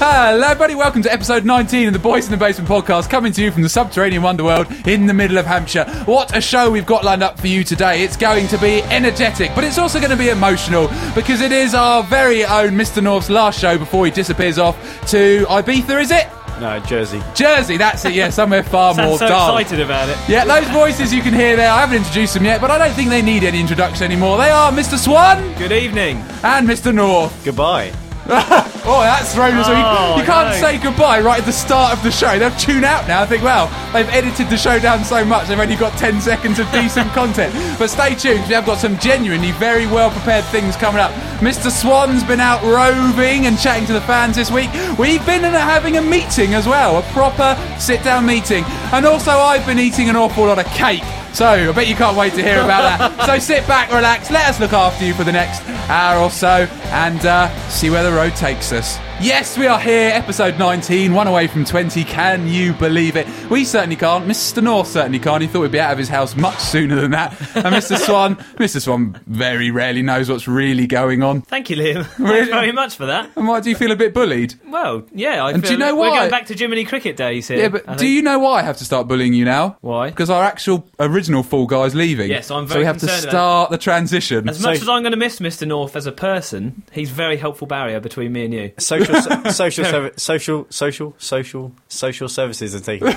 Hello, everybody. Welcome to episode 19 of the Boys in the Basement podcast, coming to you from the subterranean underworld in the middle of Hampshire. What a show we've got lined up for you today. It's going to be energetic, but it's also going to be emotional because it is our very own Mr. North's last show before he disappears off to Ibiza, is it? No, Jersey. Jersey, that's it, yeah, somewhere far Sounds more so dull. excited about it. Yeah, those voices you can hear there, I haven't introduced them yet, but I don't think they need any introduction anymore. They are Mr. Swan Good evening. and Mr. North. Goodbye. Oh, that's thrown us. Oh, you, you can't no. say goodbye right at the start of the show. They'll tune out now. I think, well, they've edited the show down so much, they've only got 10 seconds of decent content. But stay tuned, we have got some genuinely very well prepared things coming up. Mr. Swan's been out roving and chatting to the fans this week. We've been in a, having a meeting as well, a proper sit down meeting. And also, I've been eating an awful lot of cake. So, I bet you can't wait to hear about that. so, sit back, relax, let us look after you for the next hour or so, and uh, see where the road takes us. Yes, we are here, episode 19, one away from 20. Can you believe it? We certainly can't. Mr. North certainly can't. He thought we'd be out of his house much sooner than that. And Mr. Swan, Mr. Swan very rarely knows what's really going on. Thank you, Liam. Really? Thanks very much for that. And why do you feel a bit bullied? Well, yeah, I And do feel you know we're why? going back to Jiminy Cricket days here. Yeah, I but do think. you know why I have to start bullying you now? Why? Because our actual original Fall Guy is leaving. Yes, I'm So very we have to concerned about start the transition. As much So- as I'm going to miss Mr. North as a person, he's very helpful barrier between me and you. Social, so- social, servi- social, social, social, social services are taking away.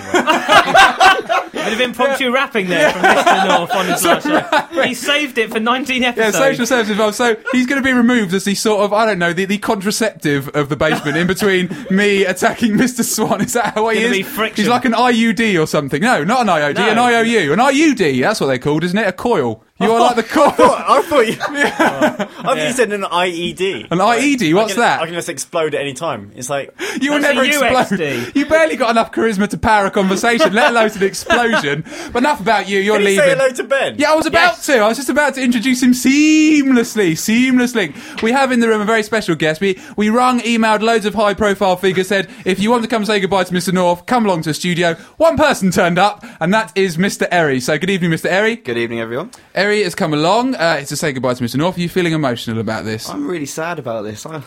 A bit of impromptu rapping there from Mr. North on his last show. He saved it for 19 Yeah, episodes. social services involved. So he's going to be removed as the sort of, I don't know, the, the contraceptive of the basement in between me attacking Mr. Swan. Is that how he Gonna is? be friction. He's like an IUD or something. No, not an IOD, No. an IOU. An IUD, that's what they're called, isn't it? A coil. You are like the coil. Oh, I thought you, I thought you said an IED. An IED, what's I can, that? I can just explode at any time. It's like You will That's never a explode. USD. You barely got enough charisma to power a conversation, let alone an explosion. But enough about you, you're can you leaving. say hello to Ben? Yeah, I was about to. I was just about to introduce him seamlessly, seamlessly. We have in the room a very special guest. We we rung, emailed loads of high profile figures, said if you want to come say goodbye to Mr. North, come along to the studio. One person turned up, and that is Mr. Erry. So good evening, Mr. Erry. Good evening, everyone. Erry has come along uh, to say goodbye to Mr. North. Are you feeling emotional about this? I'm really sad about this. I,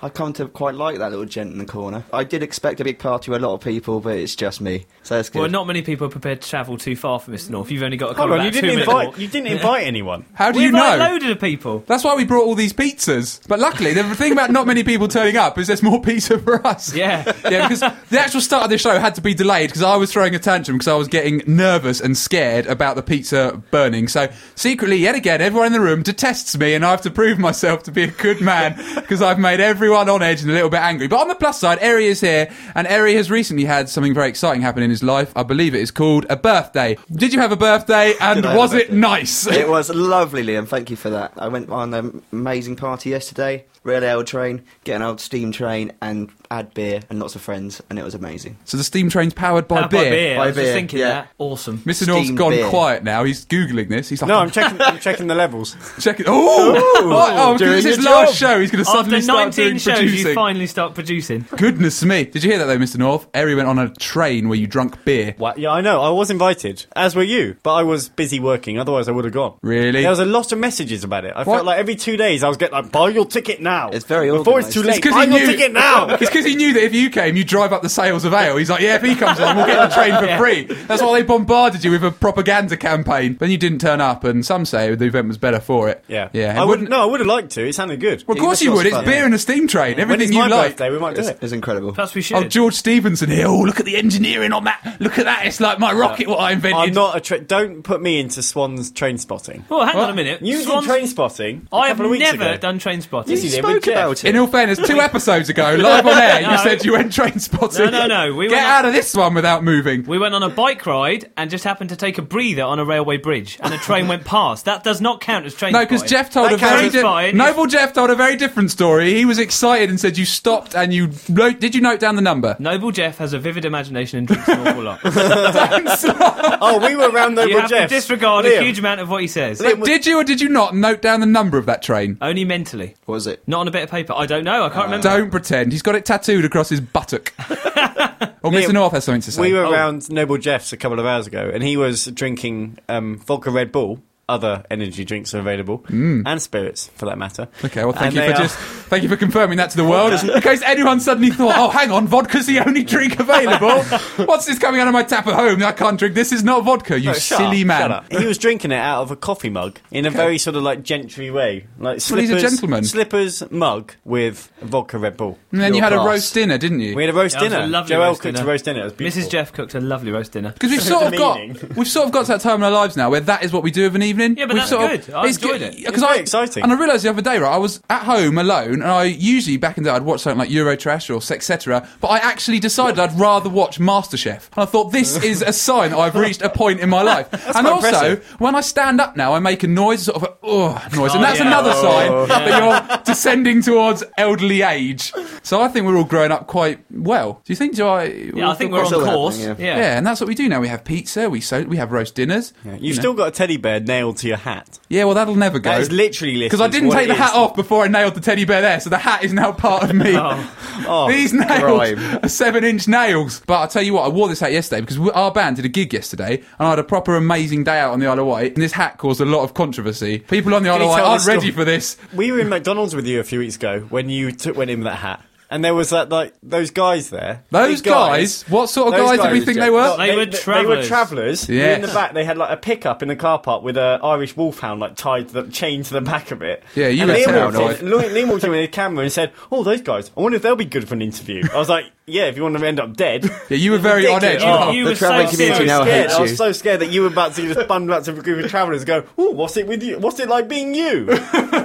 I come to quite like that little gent in the corner. I did expect a big party with a lot of people, but it's just me. So that's good. Well, not many people are prepared to travel too far for Mr. North. You've only got a Hold couple on, you of two didn't minute invite. walk. You didn't invite anyone. How do We've you know? loaded of people. That's why we brought all these pizzas. But luckily, the thing about not many people turning up is there's more pizza for us. Yeah. Yeah, because the actual start of the show had to be delayed because I was throwing a tantrum because I was getting nervous and scared about the pizza burning. So secretly, yet again, everyone in the room detests me, and I have to prove myself to be a good man because I've made everyone on edge and a little bit angry. But on the plus side, Eri is here, and Eri has recently had something very exciting happen in his life. I believe it is called a birthday. Did you have a birthday, and Did I have a was it birthday? nice? it was lovely, Liam. Thank you for that. I went on an amazing party yesterday. Really old train, get an old steam train, and had beer and lots of friends, and it was amazing. So the steam train's powered by By beer. beer. By I was just beer, thinking yeah. that. Awesome. Mr. North's Steamed gone beer. quiet now. He's googling this. He's like, No, I'm checking. I'm checking the levels. check it. Oh, Right, oh, doing because it's his your last job. show. He's going to suddenly After start 19 doing shows, you producing. finally start producing. Goodness me! Did you hear that though, Mr. North? Eri went on a train where you drunk beer. What? Yeah, I know. I was invited, as were you, but I was busy working. Otherwise, I would have gone. Really? There was a lot of messages about it. I What? felt like every two days I was getting like, "Buy your ticket now." It's very before it's too organised. late. Buy your ticket now. It's because he knew that if you came, you drive up the sales of ale. He's like, yeah, if he comes along, we'll get the train for Yeah. free. That's why they bombarded you with a propaganda campaign. Then you didn't turn up, and some say the event was better for it. Yeah, yeah. I it would no, I would have liked to. It sounded good. Well, of Yeah, course that's you what's would. It's fun. beer and a steam train. when Everything it's you my like. birthday, we might do It was, it it. was incredible. Plus, we should. Oh, George Stevenson here. Oh, look at the engineering on that. Look at that. It's like my rocket, what I invented. I'm not a. Tra- don't put me into Swan's train spotting. Well, hang What? on a minute. You Swan's- did train spotting. I have of weeks never ago. done train spotting. Yes, you did, with spoke Jeff. about it. In all fairness, two episodes ago, live on air, you No. said you went train spotting. No, no, no, we Get went- out of this one without moving. We went on a bike ride and just happened to take a breather on a railway bridge, and a train went past. That does not count as train. No, because spotting. Jeff told That a very counts di- as fine. noble Jeff told a very different story. He was excited and said you stopped and you wrote. Did you note down the number? Noble Jeff has a vivid imagination and drinks an awful lot. you Oh, we were around Noble have Jeff. to disregard Liam, a huge amount of what he says, Liam, Did you or did you not note down the number of that train? only mentally, What was it? not on a bit of paper. I don't know. I Uh, can't remember. Don't pretend. He's got it tattooed across his buttock. or Mr. Liam, North has Oh. something to say. We were around Noble Jeff's a couple of hours ago, and he was drinking um, vodka Red Bull. other energy drinks are available, and spirits for that matter. Mm. Okay, well, thank And you they for are- just thank you for confirming that to the world. In case anyone suddenly thought, "Oh, hang on, vodka's the only drink available. What's this coming out of my tap at home? I can't drink. This is not vodka, you No, Oh, shut silly up, man." shut up. He was drinking it out of a coffee mug in a very sort of like gentry way, like Well, slippers, he's a gentleman. slippers mug with vodka Red Bull. And then you Your had a class. roast dinner, didn't you? We had a roast Yeah, it was dinner. a lovely Joel roast cooked dinner. a roast dinner. It was beautiful. Mrs. Jeff cooked a lovely roast dinner. Because we've sort of got demeaning. we've sort of got to that time in our lives now where that is what we do of an evening. Yeah, but We've that's sort good. I it's enjoyed good- it. Because It's very I- exciting. And I realised the other day, right? I was at home alone, and I usually back in the day I'd watch something like Eurotrash or Sexcetera, but I actually decided I'd rather watch MasterChef, and I thought this is a sign that I've reached a point in my life. and quite also, impressive. when I stand up now, I make a noise, sort of a oh noise, and Oh, that's yeah. another Oh. sign that you're descending towards elderly age. So I think we're all growing up quite well. Do you think? Do I? Yeah, I think we're on It's all course. Yeah. happening, Yeah, and that's what we do now. We have pizza, we so we have roast dinners. Yeah, You've you know. still got a teddy bear nailed to your hat. Yeah, well, that'll never go. That is literally because I listeners, didn't what take it the hat is. off before I nailed the teddy bear there, so the hat is now part of me. Oh. These nails grime. are seven-inch nails. But I'll tell you what, I wore this hat yesterday because we- our band did a gig yesterday, and I had a proper amazing day out on the Isle of Wight. And this hat caused a lot of controversy. People on the Isle you of Wight tell aren't the ready story? for this. We were in McDonald's with you a few weeks ago when you took, went in with that hat, and there was that like those guys there. Those Big guys. guys? What sort of Those guys did we think they were? They were travellers. travellers. and Yes. In the back, they had like a pickup in the car park with an Irish wolfhound like tied to the chain to the back of it. Yeah, you and were Liam walked, terrified. in, Liam- Liam walked in with a camera and said, "Oh, those guys. I wonder if they'll be good for an interview." I was like, "Yeah, if you want to end up dead." Yeah, you were very on edge. Ridiculous. Oh, weren't you? You, you the were so travelling community serious. now- I scared. hate I was you. so scared that you were about to just bundle up to a group of travellers and go, "Oh, what's it with you? What's it like being you?"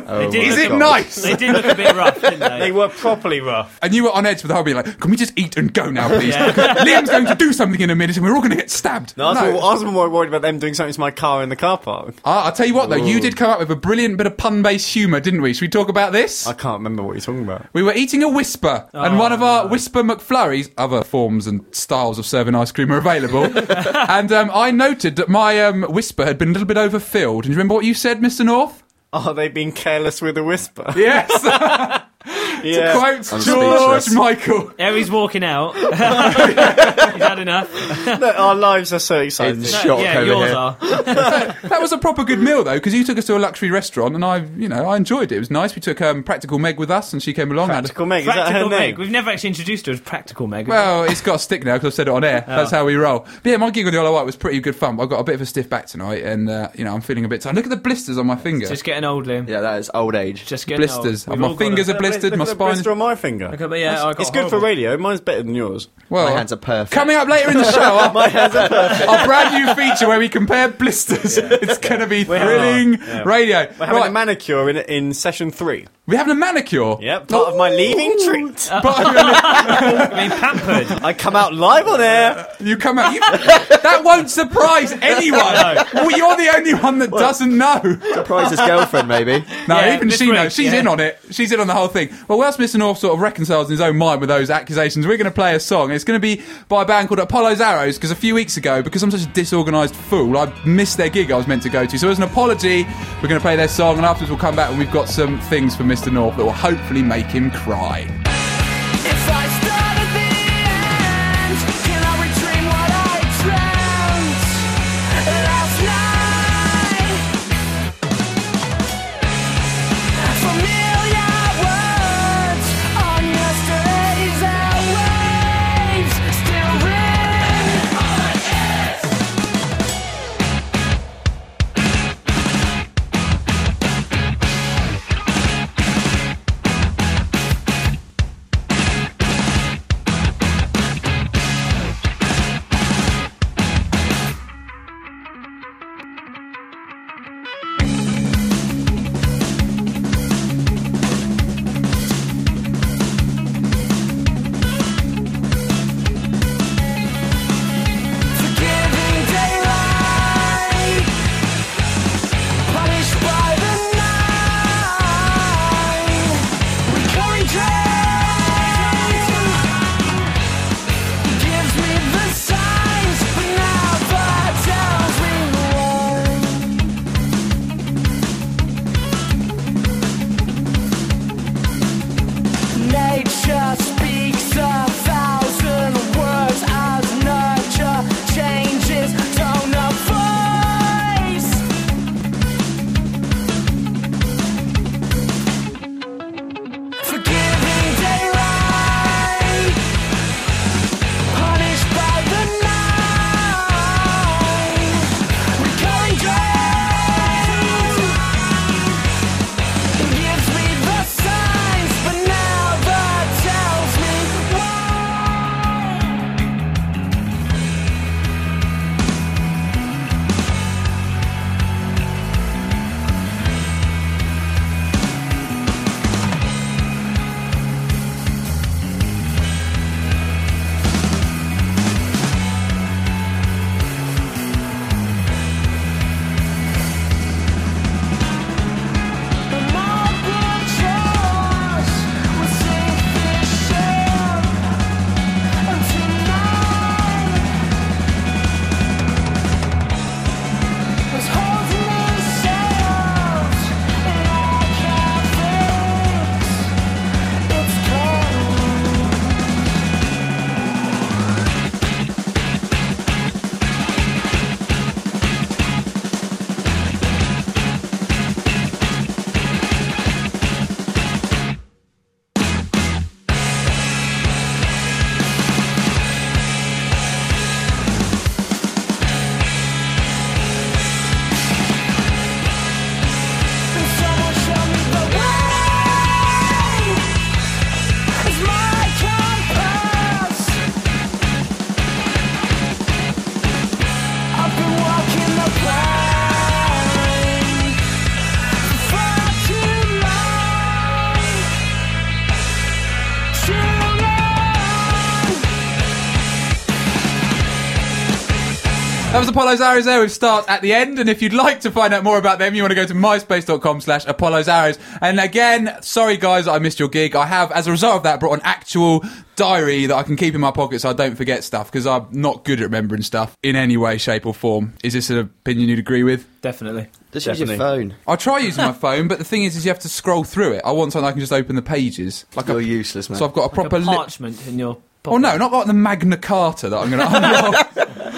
Oh, did. my Is it God. nice? They did look a bit rough, didn't they? they were properly rough. And you were on edge with the whole being like, can we just eat and go now, please? Yeah. Liam's going to do something in a minute and we're all going to get stabbed. No, I was, More, I was more worried about them doing something to my car in the car park. Ah, I'll tell you what, though, you did come up with a brilliant bit of pun based humour, didn't we? Should we talk about this? I can't remember what you're talking about. We were eating a whisper, and Oh, one of our whisper McFlurries, other forms and styles of serving ice cream are available. and um, I noted that my um, whisper had been a little bit overfilled. And you remember what you said, Mr. North? Are they being careless with a whisper? Yes. Yeah. Quote I'm George speechless. Michael. Erie's walking out. He's had enough. Look, our lives are so exciting. It's- No, Shock yeah, over yours here. are. That was a proper good meal though, because you took us to a luxury restaurant, and I, you know, I enjoyed it. It was nice. We took um, Practical Meg with us, and she came along. and- Practical Meg, is that her Practical Meg. name? We've never actually introduced her as Practical Meg. Well, it's got a stick now because I've said it on air. That's how we roll. But yeah, my gig on the Isle of Wight was pretty good fun. But I got a bit of a stiff back tonight, and uh, you know I'm feeling a bit tired. Look at the blisters on my finger. Just getting old, Liam. Yeah, that is old age. Just getting blisters. old. We've my all got fingers them. are blistered. Look My at the spine. blister on my finger. Okay, but yeah, I got it's good for horrible- radio. Mine's better than yours. Well, My hands are perfect. coming up later in the show. our, our brand new feature where we compare blisters. It's going to be thrilling Yeah. radio. We're having Right, a manicure in, in session three. we're having a manicure. Yep, part of my leaving treat. But I mean, pampered. I come out live on air. you come out. You, that won't surprise anyone. Well, you're the only one that doesn't know. Surprise his girlfriend, maybe. No, Yeah, even this she week, knows. She's yeah. in on it. She's in on the whole thing. Well, whilst Mr. North sort of reconciles in his own mind with those accusations, we're going to play a song. It's going to be by a band called Apollo's Arrows because a few weeks ago, because I'm such a disorganised fool, I missed their gig I was meant to go to. So as an apology, we're going to play their song, and afterwards we'll come back and we've got some things for Mr. North that will hopefully make him cry. If I start at the end, can I retrieve what I dreamt last night? Familiar words on yesterday's airwaves still ring. That was Apollo's Arrows there with Start at the End. And if you'd like to find out more about them, you want to go to myspace.com slash Apollo's Arrows. And again, sorry guys, I missed your gig. I have, as a result of that, brought an actual diary that I can keep in my pocket so I don't forget stuff because I'm not good at remembering stuff in any way, shape, or form. Is this an opinion you'd agree with? Definitely. Just use your Definitely. phone. I try using my phone, but the thing is, is you have to scroll through it. I want something I can just open the pages. Like You're a, useless, man. so I've got a Like proper a list. parchment in your pocket. Oh no, not like the Magna Carta that I'm going to unroll.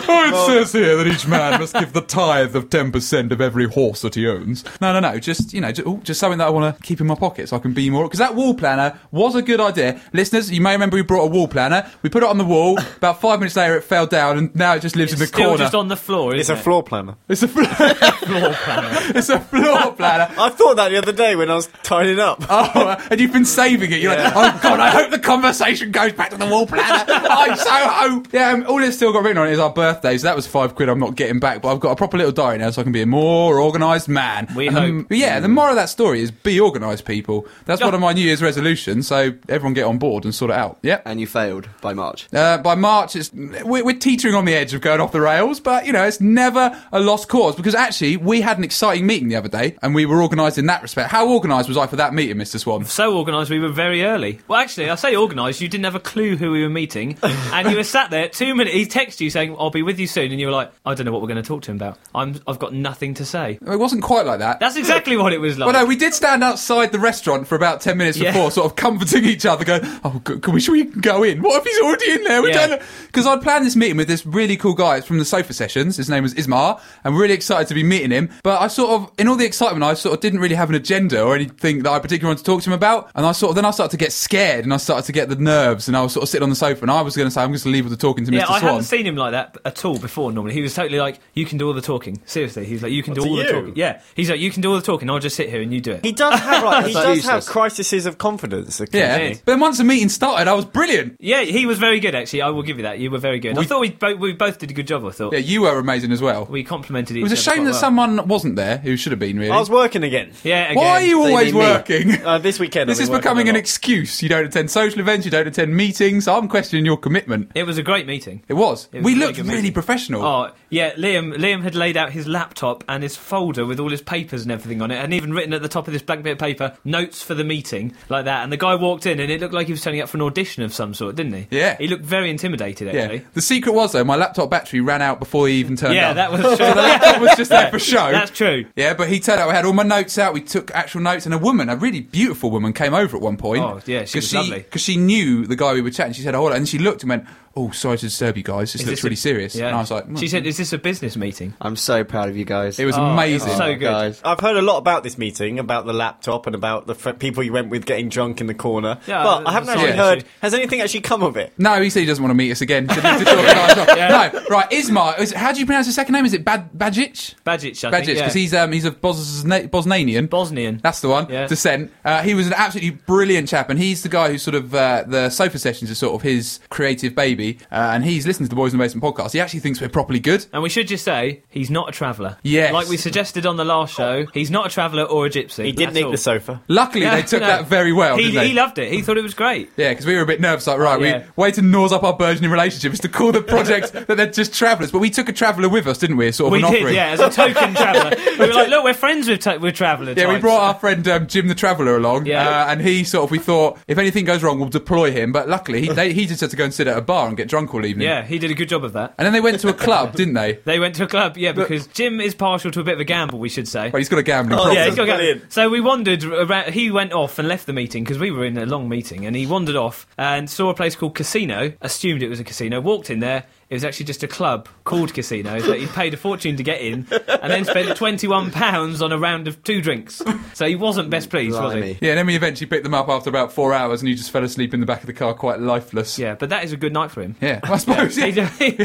oh, it says here that each man must give the tithe of ten percent of every horse that he owns. No, no, no, just you know, just, ooh, just something that I want to keep in my pocket so I can be more. Because that wall planner was a good idea, listeners. You may remember we brought a wall planner. We put it on the wall. About five minutes later, it fell down, and now it just lives It's in the still corner. just on the floor, It's isn't a it? floor planner. it's a floor planner. it's a floor planner. I thought that the other day when I was tidying up. Oh, and you've been saving it. You're like, oh god, I hope the conversation goes back to the wall planner. I so hope. Yeah, um, all it's still got written on it is our birthday, so that was five quid. I'm not getting back, but I've got a proper little diary now, so I can be a more organised man. We And the- hope. Mm. but yeah, the moral of that story is be organised, people. That's one of my New Year's resolutions. So everyone get on board and sort it out. Yeah. And you failed by March. Uh, by March, it's we're, we're teetering on the edge of going off the rails, but you know it's never a lost cause because actually we had an exciting meeting the other day and we were organised in that respect. How organised was I for that meeting, Mister Swan? so organised we were very early. Well, actually, I say organised. You didn't have a clue who we were meeting, and you were sat there two minutes. He texted you saying, "I'll be with you soon," and you were like, "I don't know what we're going to talk to him about. I'm, I've got nothing to say." It wasn't quite like that. That's exactly what it was like. well, no, we did stand outside the restaurant for about ten minutes Yeah. before, sort of comforting each other, going, "Oh, g- can we? Sure, we can go in. What if he's already in there? We Yeah. don't." Because I'd planned this meeting with this really cool guy from the Sofa Sessions. His name was Ismar, and we're really excited to be meeting him. But I sort of, in all the excitement, I sort of didn't really have an agenda or anything that I particularly wanted to talk to him about. And I sort of then I started to get scared, and I started to get the nerves, and I was sort of sitting on the sofa, and I was going to say, "I'm just going to leave all the talking to yeah, Mr. I Swan." hadn't seen him like that at all before. Normally, he was totally like, "You can do all the talking." Seriously, he's like, "You can do to all you? the talking." Yeah, he's like, "You can do all the talking. I'll just sit here and you do it." He does have like he So does have useless. crises of confidence. yeah, did. but then once the meeting started, I was brilliant. yeah, he was very good. Actually, I will give you that. You were very good. I thought we both, we both did a good job. I thought Yeah, you were amazing as well. we complimented each It other. was a shame quite that well. someone wasn't there who should have been, really. I was working again Yeah, again. Why are you They always mean me. working? uh, this weekend. this I've is been working becoming a an lot. excuse. You don't attend social events, you don't attend meetings. I'm questioning your commitment. It was a great meeting. It was. It was we a really looked good really meeting. professional. Oh yeah, Liam. Liam had laid out his laptop and his folder with all his papers and everything on it, and even written at the top of this blank bit of paper notes for the meeting like that. And the guy walked in, and it looked like he was turning up for an audition of some sort, didn't he? Yeah. He looked very intimidated yeah. actually. The secret was, though, my laptop battery ran out before he even turned Yeah, up. that was true. So the laptop was just there for show. That's true. Yeah, but he turned up. We had all my notes out. We took actual notes, and a woman, a really beautiful woman, came over at one point. Oh, yeah, she 'Cause was lovely. Because she knew the guy we were chatting. She said, "Hold on," and she looked and went, "Oh, sorry to disturb you guys. This Is looks this really a- serious." Yeah. And I was like, "Mm." she said, "Is this a business meeting?" I'm so proud of you guys. "It was Oh, amazing." it's so good. guys. I've heard a lot about this meeting, about the laptop, and about the f- people you went with getting drunk in the corner. Yeah, but uh, I haven't sorry, actually yeah. heard. Has anything actually come of it? No, he said he doesn't want to meet us again. Didn't need to talk about it. No, right, Ismar. Is, how do you pronounce his second name? Is it Bad Badjic? Badgic, I Badjic, think. Yeah. because he's um, he's of Bosna- Bosnian. Bosnian. That's the one. Yeah. Descent. Uh, he was an absolutely brilliant chap, and he's the guy who sort of uh, the sofa sessions is sort of his creative baby, uh, and he's listened to the Boys in the Basement podcast. He actually thinks we're properly good. and we should just say he's not a traveller. Yes. Like we suggested on the last show, he's not a traveller or a gypsy. He didn't at need all. the sofa. Luckily, Yeah, they took no. that very well. He, didn't they? he loved it. He thought it was great. Yeah, because we were a bit nervous. Like, right, Yeah. we way to nause up our burgeoning relationship is to call the project that they're just travellers. But we took a traveller with us, didn't we? as Sort of We an did, offering. yeah, as a token traveller. We were like, look, we're friends with, ta- with traveller Yeah, we types. brought our friend um, Jim the Traveller along, Yeah. uh, and he sort of we thought if anything goes wrong, we'll deploy him. But luckily, he they, he just had to go and sit at a bar and get drunk all evening. Yeah, he did a good job of that. and then they went to a club, didn't they? They went to a club, yeah, because Jim is partial to a bit of a gamble, we should say. Well, he's got a gambling problem. yeah, he's got a gamble. Brilliant. So we wandered around. He went off and left the meeting because we were in a long meeting, and he wandered off and saw a place called Casino. Assumed it was a casino. Walked in there. It was actually just a club called Casino that he paid a fortune to get in, and then spent twenty-one pounds on a round of two drinks. So he wasn't best pleased, was Blimey. Yeah, and then we eventually picked them up after about four hours, and you just fell asleep in the back of the car, quite lifeless. he? Yeah, but that is a good night for him. yeah. Well, I suppose. Yeah.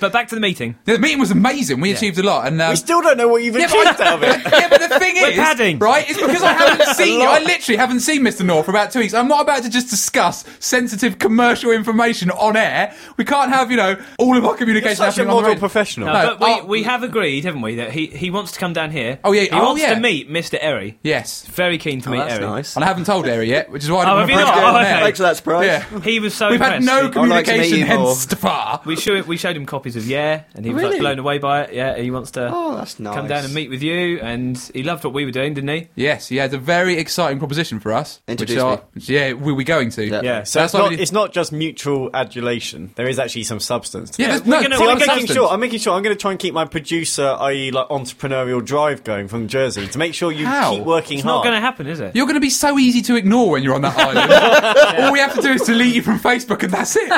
but back to the meeting. The meeting was amazing. We achieved a lot, and um, We still don't know what you've Yeah, achieved but I- out of it. yeah, but the thing is, padding. right? It's because I haven't seen you. I literally haven't seen Mr. North for about two weeks. I'm not about to just discuss sensitive commercial information on air. We can't have, you know, all all of our communication Such a happening on the model radio. professional. No, No, Uh, but we, oh. we have agreed, haven't we, that he, he wants to come down here. Oh, yeah, He oh, wants yeah. to meet Mr. Erry. Yes. Very keen to meet Oh, that's Erry. nice. And I haven't told Eric yet, which is why I Oh, didn't have you want to not? break it Oh, on okay. air. Thanks for that surprise. Yeah. He was so We've had impressed. no He- I'd like to meet communication you more. hence to far. we, showed, we showed him copies of Yeah, and he was like, Really? blown away by it. Yeah, he wants to Oh, that's nice. come down and meet with you, and he loved what we were doing, didn't he? Yes, he has a very exciting proposition for us. which Introduce are- which, yeah, we're we going to. Yeah. Yeah. So That's it's why we not, did- it's not just mutual adulation. There is actually some substance. To Yeah, it. there's we're no gonna- full we're I'm gonna- making substance. sure. I'm making sure. I'm going to try and keep my producer, i.e., like entrepreneurial drive going from Jersey to make sure you How? keep working It's hard. not going to happen, is it? You're going to be so easy to ignore when you're on that island. All we have to do is delete you from Facebook, and that's it.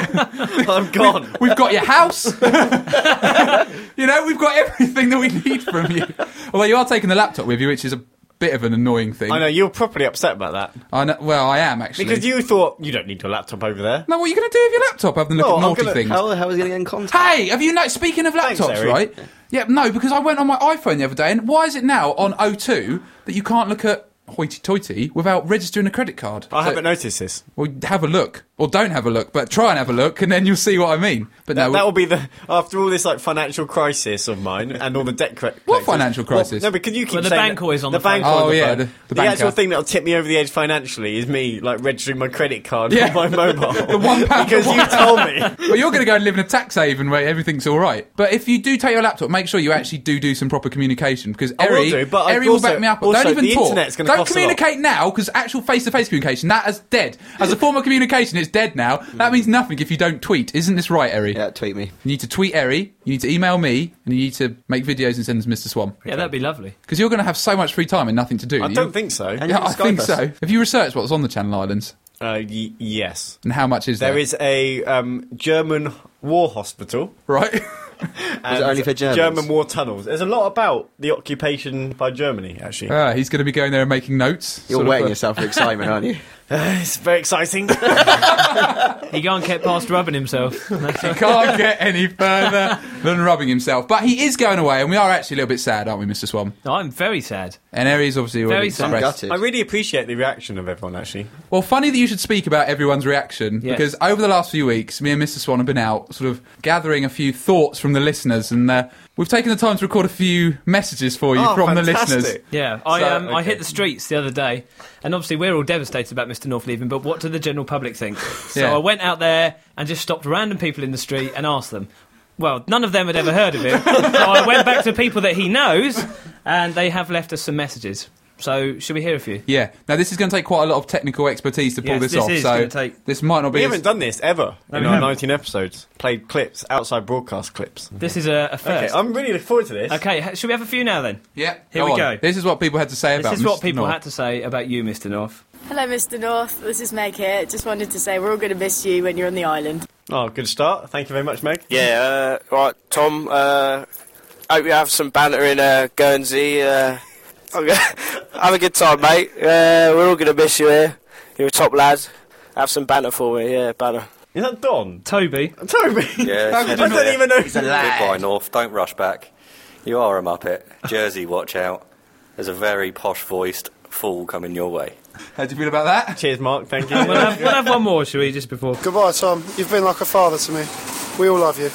I'm gone. We've got your house. you know, we've got everything that we need from you. Although you are taking the laptop with you, which is a bit of an annoying thing. I know you're properly upset about that I know- well, I am actually. because you thought you don't need your laptop over there. No, what are you going to do with your laptop? Have them look No, at Oh, I'm naughty gonna- things. How, how is he going to get in contact? Hey, have you know? Speaking of Thanks, laptops, Harry. right? Yeah, no, because I went on my iPhone the other day, and why is it now on O2 that you can't look at hoity-toity without registering a credit card? I So- haven't noticed this. Well, have a look, or don't have a look, but try and have a look, and then you'll see what I mean. But no, That will be the after all this like financial crisis of mine and all the debt. Cre- collectors- financial crisis? Well, no, because you keep Well, the saying bank that- always on the bank. phone. always Oh, yeah, on the, the- phone. the the, banker. actual thing that'll tip me over the edge financially is me like registering my credit card Yeah. on my mobile. the one pound- because the one you told me. well, you're going to go and live in a tax haven where everything's all right. But if you do take your laptop, make sure you actually do do some proper communication because I will Eri, do, but I've Eri will also- back me up. also, don't even the talk. internet's gonna don't cost a lot. communicate now because actual face-to-face communication that is dead. As a form of communication, it's dead now. That means nothing if you don't tweet. Isn't this right, Eri? Yeah, tweet me. You need to tweet Eri. You need to email me, and you need to make videos and send them to Mr. Swan Yeah, that'd be lovely. because you're going to have so much free time and nothing to do. I You- don't think so. And Yeah, you I can Skype think us. so. Have you researched what's on the Channel Islands Uh, y- yes. and how much is there? There is a um, German war hospital. right. and it only for Germans? German war tunnels. There's a lot about the occupation by Germany, actually. Ah, he's going to be going there and making notes. You're sort of, wetting uh, yourself with excitement, aren't you? it's very exciting. He can't get past rubbing himself. That's He can't get any further than rubbing himself. But he is going away, and we are actually a little bit sad, aren't we, Mr. Swan? No, I'm very sad. And Aries obviously already Very sad. I'm expressed. gutted. I really appreciate the reaction of everyone, actually. Well, funny that you should speak about everyone's reaction Yes. because over the last few weeks, me and Mr. Swan have been out sort of gathering a few thoughts from the listeners, and uh, we've taken the time to record a few messages for you Oh, from the fantastic. listeners. Yeah, I So, um, I okay. hit the streets the other day, and obviously we're all devastated about Mr. North leaving. But what do the general public think? So Yeah. I went out there and just stopped random people in the street and asked them. Well, none of them had ever heard of him, so I went back to people that he knows, and they have left us some messages. So should we hear a few? Yeah. Now this is going to take quite a lot of technical expertise to pull Yes, this, this off. is so gonna take- this might not We be. haven't As... done this ever in we our haven't. 19 episodes. Played clips, outside broadcast clips. This is a, a Okay, first. I'm really looking forward to this. Okay, ha should we have a few now then? Yeah. Here we on. go. This is what people had to say This about. is what Mr. people North. had to say about you, Mr. North. Hello, Mr. North. This is Meg here. Just wanted to say we're all going to miss you when you're on the island. Oh, good start. Thank you very much, Meg. Yeah, uh, right, Tom. Uh, hope you have some banter in uh, Guernsey. Uh, okay. have a good time, mate. Uh, we're all going to miss you here. You're a top lad. Have some banter for me, yeah, banter. Is that Don? Toby, Toby? Yeah, I don't even know. He's Goodbye, North. Don't rush back. You are a muppet. Jersey, watch out. There's a very posh-voiced fool coming your way. How do you feel about that? Cheers, Mark. Thank you. we'll have, we'll have one more, shall we? Just before. Goodbye, Tom. You've been like a father to me. We all love you.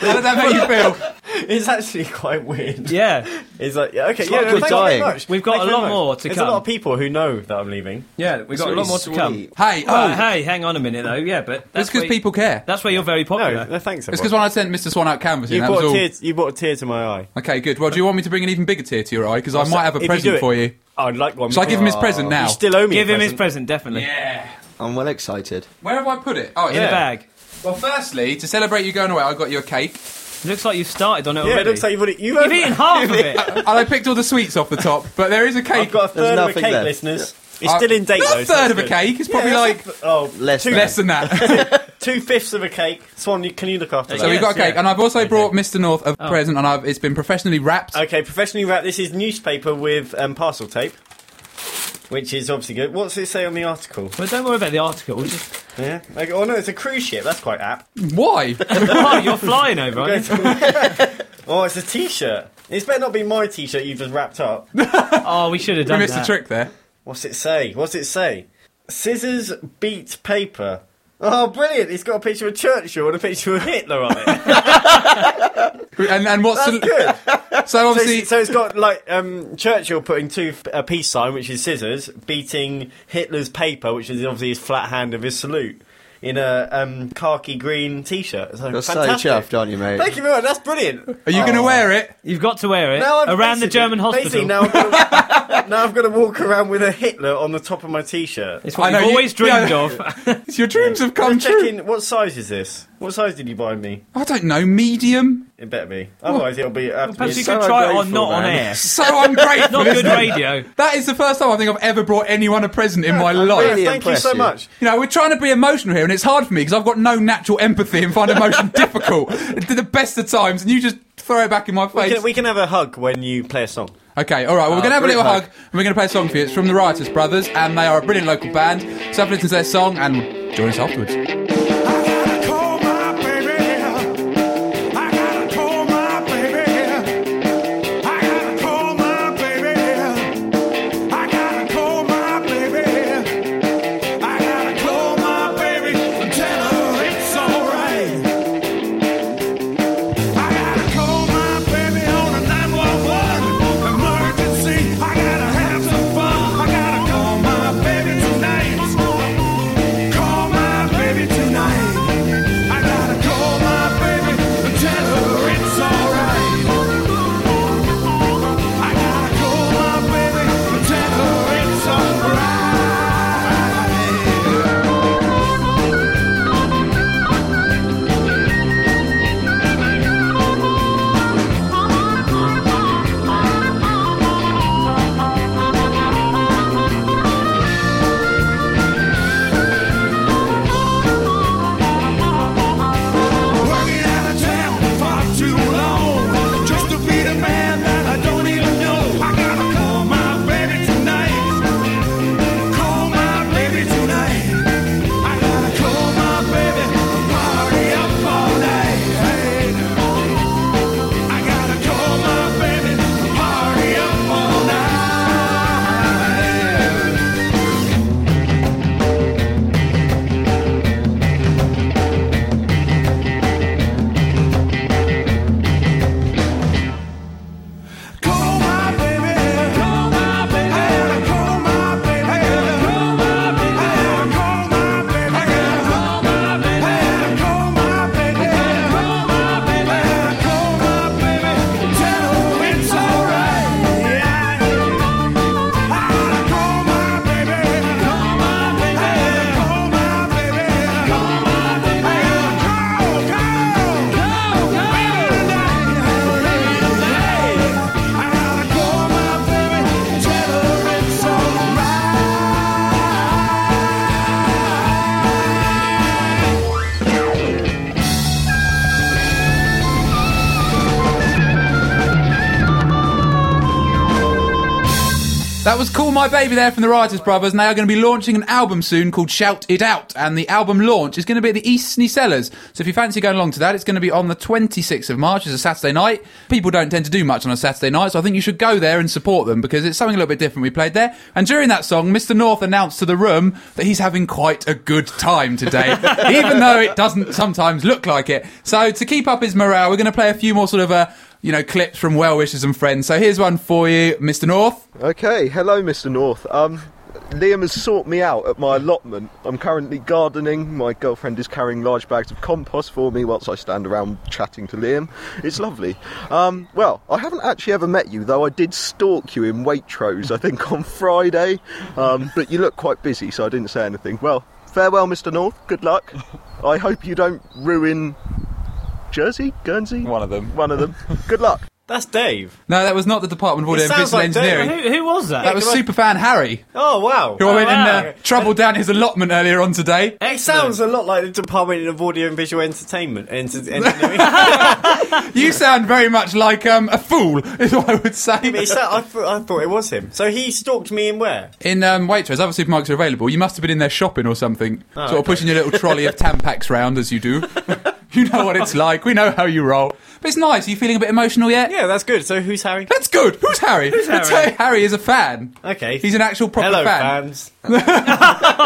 How did that make you feel? it's actually quite weird. Yeah, It's like, yeah, okay, yeah, like no, thank you you're very dying. much. We've got Thank a you very lot much. more to There's come. a lot of people who know that I'm leaving. yeah, we've got a lot more to come. Sweet. Hey, oh, Well, hey, hang on a minute though. Yeah, but that's it's because where- people care. That's where you're very No, popular. no It's thanks. because when everyone. I sent Mr. Swan out canvassing, you that brought, was all. a tear, you brought a tear to my eye. Okay, good. Well, do you want me to bring an even bigger tear to your eye? Because I might have a If you do present it- for you. I'd like one. Shall I give him his present now? You still owe me. Give a him his present, present. definitely. Yeah. I'm well excited. Where have I put it? Oh, it's In there. a bag. Well, firstly, to celebrate you going away, I got you a cake. Looks like you've started on it Yeah, already. it looks like you've already. You've, you've eaten half of it. and I picked all the sweets off the top, but there is a cake. I've got a There's third of a nothing cake, there. listeners. It's Uh, still in date not though. a so third that's of a good. cake. It's probably Yeah, like that's a- oh, Less than. less than that. two fifths of a cake. Swan, you, can you look after so that? we got a Yes, cake, yeah. and I've also brought Mr. North a present, and I've, it's been professionally wrapped. Okay, professionally wrapped. This is newspaper with um, parcel tape, which is obviously good. What's it say on the article? But don't worry about the article. Just, Yeah. Like, oh no, it's a cruise ship. That's quite apt. Why? oh, you're flying over. Go Aren't you? to- oh, it's a T-shirt. This better not be my T-shirt you've just wrapped up. Oh, we should have we done missed that. a trick there. What's it say? What's it say? Scissors beat paper. Oh, brilliant! It's got a picture of Churchill and a picture of Hitler on it. And, and what's the, Good. so So obviously it's, so it's got like um, Churchill putting two a peace sign, which is scissors, beating Hitler's paper, which is obviously his flat hand of his salute, in a um, khaki green t-shirt. So You're fantastic. so chuffed, aren't you, mate? Thank you very much. That's brilliant. are you going to wear it? You've got to wear it Now I'm around the basically- German hospital. Basically, now I've, got to, now I've got to walk around with a Hitler on the top of my t-shirt. it's what I you've know, you- always dreamed yeah. of. Your dreams have come I'm true. checking. What size is this? What size did you buy me? I don't know, medium. It better be. Otherwise, it'll be. it'll Have to be Perhaps you so could try it on, ungrateful, not on man. air. So ungrateful. Not good isn't it? radio. That is the first time I think I've ever brought anyone a present in my life. Yeah, thank you so impressive. much. You know, we're trying to be emotional here, and it's hard for me because I've got no natural empathy and find emotion difficult. To the best of times, and you just throw it back in my We face. can, we can have a hug when you play a song. Okay, all right. Well, we're gonna have a great little hug. hug. and we're gonna play a song for you. It's from the Riotous Brothers, and they are a brilliant local band. So have a listen to their song and join us afterwards. I gotta have some fun. I gotta call my baby tonight. Call my baby tonight. I gotta call my baby and tell her it's alright. I gotta call my baby and tell her it's alright. Working out of town far too long, just to be the man that I don't even know. I gotta call my baby tonight. Call my baby tonight. I gotta call my baby. Party up all night. I gotta call my baby. Party up all night. Call my baby, call my baby, call my baby, call my baby, call my baby, call my baby, call my baby, call my baby, call my baby, tell her it's alright. Yeah, I call my baby, call my baby, call my baby, call my baby, call, call, call, baby tonight, baby tonight. I gotta call my baby, tell her it's alright. That was Call My Baby there from the Riotous Brothers, and they are going to be launching an album soon called Shout It Out. And the album launch is going to be at the Eastney Cellars. So if you fancy going along to that, it's going to be on the 26th of March. It's a Saturday night. People don't tend to do much on a Saturday night, so I think you should go there and support them because it's something a little bit different we played there. And during that song, Mr. North announced to the room that he's having quite a good time today, even though it doesn't sometimes look like it. So to keep up his morale, we're going to play a few more sort of, uh, you know, clips from well wishers and friends. So here's one for you, Mr. North. Okay, hello, Mr. North. Um, Liam has sought me out at my allotment. I'm currently gardening. My girlfriend is carrying large bags of compost for me whilst I stand around chatting to Liam. It's lovely. Um, well, I haven't actually ever met you, though I did stalk you in Waitrose, I think on Friday. Um, but you look quite busy, so I didn't say anything. Well, farewell, Mr. North. Good luck. I hope you don't ruin Jersey? Guernsey? One of them. One of them. Good luck. That's Dave. No, that was not the Department of Audio It and sounds Visual like Dave. Engineering. Who, who was that? That was superfan Harry, Oh wow! who I went wow. in uh, trouble down his allotment earlier on today. It sounds a lot like the Department of Audio and Visual Entertainment. Enter- engineering. You sound very much like um, a fool, is what I would say. It sound- I, thought, I thought it was him. So he stalked me in where? In um, Waitrose, other supermarkets are Oh, available. You must have been in there shopping or something, sort of pushing your little trolley of Tampax round as you do. You know what it's like. We know how you roll. But it's nice. Are you feeling a bit emotional yet? Yeah, that's good. So who's Harry? That's good. Who's Harry? Who's Let's Harry? say Harry is a fan. Okay. He's an actual proper Hello, fan. fans. Oh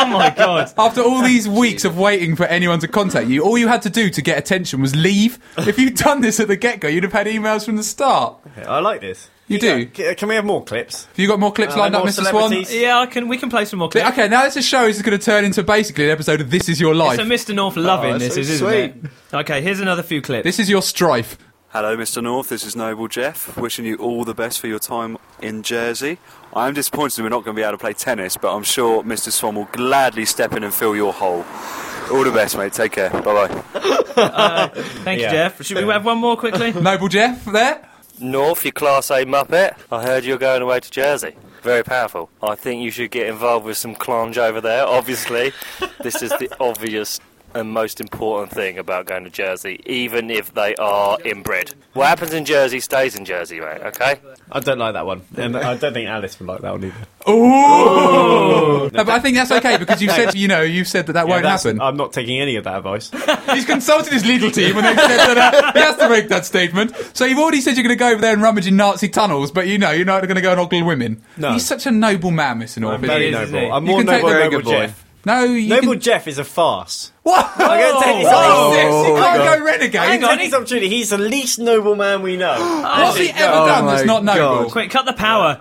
my god. After all these weeks of waiting for anyone to contact you, all you had to do to get attention was leave. If you'd done this at the get go, you'd have had emails from the start. Okay, I like this. You do. C- Can we have more clips? Have you got more clips Uh, lined up, more Mr. Swan? celebrities? Yeah, I can. We can play some more clips. Okay, now this show is going to turn into basically an episode of This Is Your Life. So Mr. North loving Oh, this, so is, isn't it? Okay, here's another few clips. This is your strife. Hello, Mr. North. This is Noble Jeff, wishing you all the best for your time in Jersey. I am disappointed we're not going to be able to play tennis, but I'm sure Mr. Swan will gladly step in and fill your hole. All the best, mate. Take care. Bye bye. Thank you, Jeff. Should we have one more quickly? Noble Jeff there? North, you Class A Muppet. I heard you're going away to Jersey. Very powerful. I think you should get involved with some clange over there, obviously. this is the obvious and most important thing about going to Jersey, even if they are inbred. What happens in Jersey stays in Jersey, mate, okay? I don't like that one, and I don't think Alice would like that one either. Ooh! No, but I think that's okay because you've said, you know, you've said that that Yeah, won't that's- happen. I'm not taking any of that advice. He's consulted his legal team and they've said that uh, he has to make that statement. So you've already said you're going to go over there and rummage in Nazi tunnels, but you know, you're not going to go and ogle women. No. He's such a noble man, Mr. North. I'm very isn't he? noble. I'm You more can take noble the- than Noble Jeff. No, you Noble can- Jeff is a farce. What? I'm going to take this Oh, Whoa. opportunity. You can't go renegade. I'm Hang going on. to take this opportunity. He's the least noble man we know. Oh. What's he ever done that's not noble? Quick, cut the power.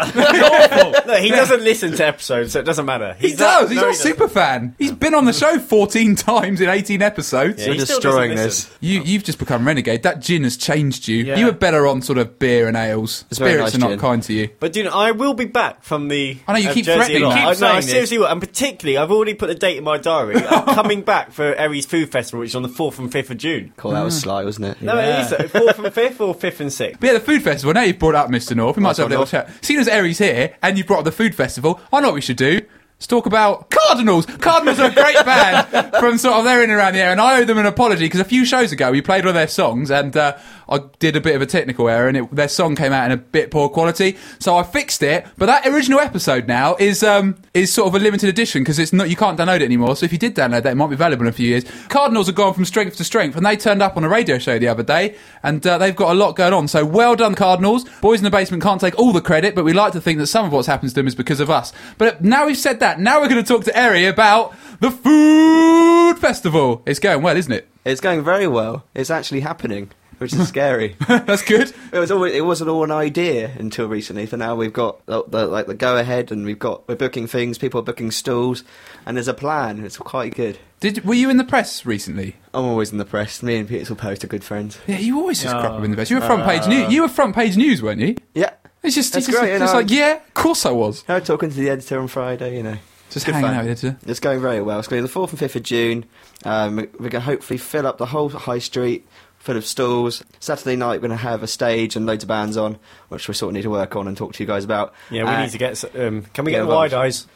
No, he doesn't listen to episodes, so it doesn't matter. He does. He's our super fan. He's been on the show 14 times in 18 episodes. Yeah, We're he still destroying doesn't listen. You, you've just become renegade. That gin has changed you. Yeah. You were better on sort of beer and ales. very Spirits nice are not gin. kind to you. But do you know, I will be back from the. I know, you uh, keep Jersey threatening lot. me. Keep I, no, I saying seriously will. And particularly, I've already put a date in my diary. I'm coming back for Erie's Food Festival, which is on the 4th and 5th of June. Cool, that was sly, wasn't it? No, it is. uh, 4th and 5th or 5th and 6th? But yeah, the food festival. Now you've brought up Mr. North, we might as well have a little chat. Seeing as Eri's here and you brought up the food festival, I know what we should do. Let's talk about Cardinals. Cardinals are a great band from sort of they're in and around the air, and I owe them an apology because a few shows ago we played one of their songs and uh, I did a bit of a technical error and it, their song came out in a bit poor quality, so I fixed it. But that original episode now is um, is sort of a limited edition because it's not you can't download it anymore. So if you did download that, it might be valuable in a few years. Cardinals have gone from strength to strength, and they turned up on a radio show the other day, and uh, they've got a lot going on. So well done, Cardinals. Boys in the basement can't take all the credit, but we like to think that some of what's happened to them is because of us. But now we've said that, now we're going to talk to Eri about the food festival. It's going well, isn't it? It's going very well. It's actually happening, which is scary. That's good. It was all, it wasn't all an idea until recently. For now, we've got the, the, like the go ahead, and we've got we're booking things. People are booking stalls, and there's a plan. It's quite good. Did were you in the press recently? I'm always in the press. Me and Peter will post are good friends. Yeah, you always just crop up in the best. You were Uh, front page news. You were front page news, weren't you? Yeah, it's just That's it's just- great, you it's know. like yeah, of course I was. I was talking to the editor on Friday. You know, Just hanging out with the editor. It's going very well. It's going to be the fourth and fifth of June. Um, we're going to hopefully fill up the whole high street full of stalls. Saturday night, we're going to have a stage and loads of bands on, which we sort of need to work on and talk to you guys about. Yeah, we Uh, need to get. s- Um, can we yeah, get the well- wide eyes?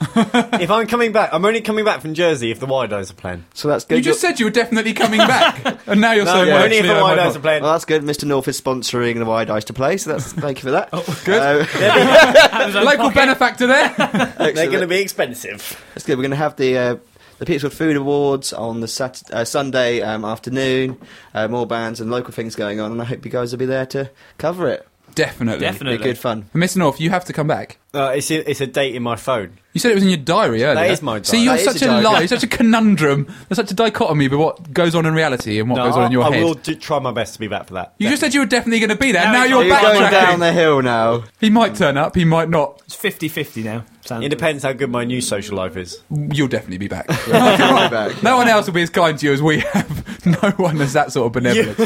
if I'm coming back, I'm only coming back from Jersey if the wide eyes are playing. So that's You just said you were definitely coming back, and now you're No, saying yeah. well, only if actually, the I Wide might Eyes not. Uh, are playing. Well, that's good. Mr. North is sponsoring the Wide Eyes to play, so that's thank you for that. Uh, good. Local benefactor there. They're going to be expensive. That's good. We're going to have the uh, the Petersfield Food Awards on the Sat- uh, Sunday um, afternoon. Uh, more bands and local things going on, and I hope you guys will be there to cover it. Definitely. Be good fun. Mr. North, you have to come back. Uh, it's a, it's a date in my phone. You said it was in your diary earlier. is my See, diary. you're That is such a a, diary. lie, you're such a conundrum. There's such a dichotomy between what goes on in reality and what No, goes on in your I, head. I will do, try my best to be back for that. You just said you were definitely going to be there. Now Now, he's you're not. You're backtracking. going down the hill now. He might turn up. He might not. It's 50-50 now. Sounds It depends how good my new social life is. You'll definitely be back. I'll be back. No one else will be as kind to you as we have. No one has that sort of benevolence.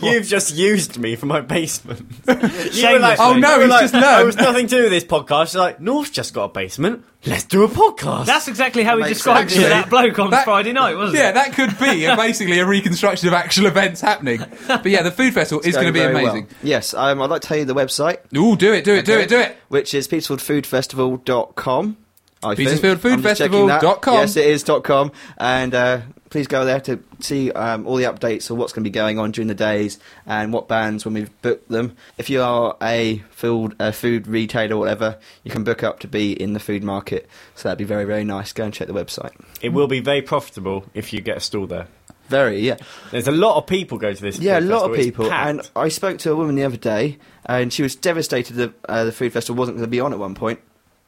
You've just used me for my basement. you Shamelessly. Oh, no, you were he's like, just learned. There was nothing to do with this podcast. You're like, North's just got a basement. Let's do a podcast. That's exactly how he Makes described it to sense. that bloke on Friday night, wasn't Yeah, it? that could be a, basically a reconstruction of actual events happening. But yeah, the food festival is going to be very well. amazing. Yes, um, I'd like to tell you the website. Ooh, do it, do it, do it, do it. Which is petersfieldfoodfestival.com. I think. Petersfield Food I'm just checking Festival that. dot com. Yes, it is dot .com. And uh, please go there to see um, all the updates of what's going to be going on during the days and what bands when we've booked them. If you are a food, uh, food retailer or whatever, you can book up to be in the food market. So that'd be very, very nice. Go and check the website. It will be very profitable if you get a stall there. Very, yeah. There's a lot of people go to this. Yeah, a food lot festival. of It's people. packed. And I spoke to a woman the other day, and she was devastated that uh, the food festival wasn't going to be on at one point.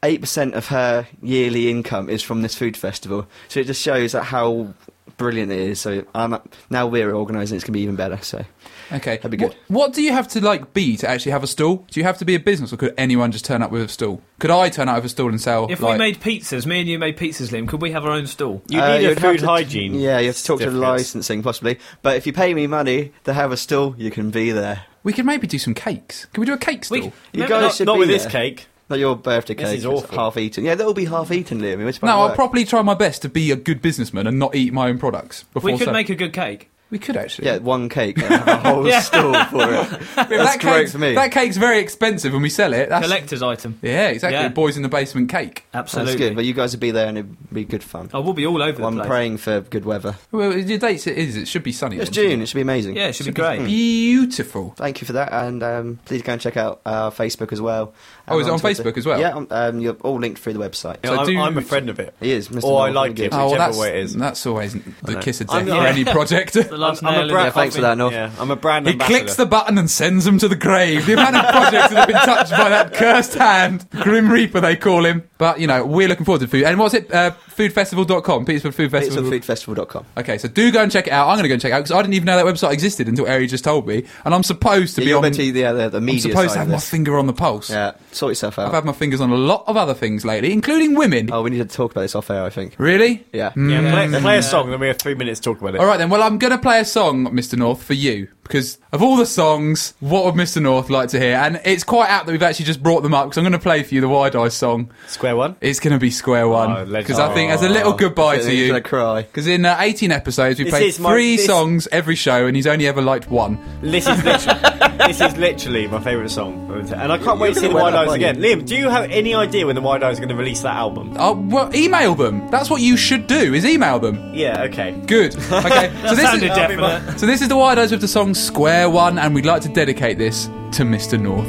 Eight percent of her yearly income is from this food festival, so it just shows that how brilliant it is. So um, now we're organising, it's going to be even better. So Okay. that'd be good. What do you have to like be to actually have a stall? Do you have to be a business, or could anyone just turn up with a stall? Could I turn up with a stall and sell? If we like- made pizzas, me and you made pizzas, Liam, could we have our own stall? Uh, you'd have to- Yeah, you have to talk to the licensing possibly. But if you pay me money to have a stall, you can be there. we could maybe do some cakes. Can we do a cake stall? You guys should be there. Not your birthday cake. This is it's awful. half eaten. Yeah, that'll be half eaten, Liam. It's No, I'll properly try my best to be a good businessman and not eat my own products. Before We could selling. make a good cake. We could actually. Yeah, one cake, and have a whole Yeah. stall for it. That's that great cake's- for me. That cake's very expensive when we sell it. That's, Collector's item. Yeah, exactly. Yeah. Boys in the basement cake. That's good. But you guys would be there, and it'd be good fun. I will Oh, be all over I'm place. praying for good weather. Well, your dates it is. It should be sunny. It's then, shouldn't June. It should be amazing. Yeah, it should be great. Beautiful. Thank you for that, and um, please go and check out uh, Facebook as well. Oh, is it on Twitter. Facebook as well? Yeah, um, um, you're all linked through the website. Yeah, So I'm- do- I'm a friend of it. He is, Mr. Or I North, like really it, good. whichever way it is. Oh, That's always the know. kiss of I'm death not- for any project. The last nail in the Yeah, thanks for that, North. Yeah, I'm a brand He ambassador. clicks the button and sends them to the grave. The amount of projects that have been touched by that cursed hand. Grim Reaper, they call him. But, you know, we're looking forward to food. And what's it? Uh, foodfestival.com. Petersfield Food Festival. Petersfieldfoodfestival.com. Okay, so do go and check it out. I'm going to go and check it out because I didn't even know that website existed until Ari just told me. And I'm supposed to Yeah, be you're on meant to- yeah, the- the media I'm supposed side to of have my this. finger on the pulse. Yeah, sort yourself out. I've had my fingers on a lot of other things lately, including women. Oh, we need to talk about this off air, I think. Really? Yeah. Yeah, Mm. play, play a song, then we have three minutes to talk about it. All right then. Well, I'm going to play a song, Mr. North, for you because of all the songs, what would Mr. North like to hear? And it's quite apt that we've actually just brought them up because I'm going to play for you the Wide Eye song. Square One. It's going to be Square One Oh, legend. because I think as a little Oh. goodbye I to think you. he's gonna cry because in uh, 18 episodes we This played is my- three this- songs every show, and he's only ever liked one. This is literally, this is literally my favourite song, and I can't wait to see the gonna Wide win that Eyes money. again. Liam, do you have any idea when the Wide Eyes are going to release that album? Oh, well, email them. That's what you should do. Is email them. Yeah, okay. Good. Okay. That sounded definite. So this is the Wide Eyes with the song Square One, and we'd like to dedicate this to Mr. North.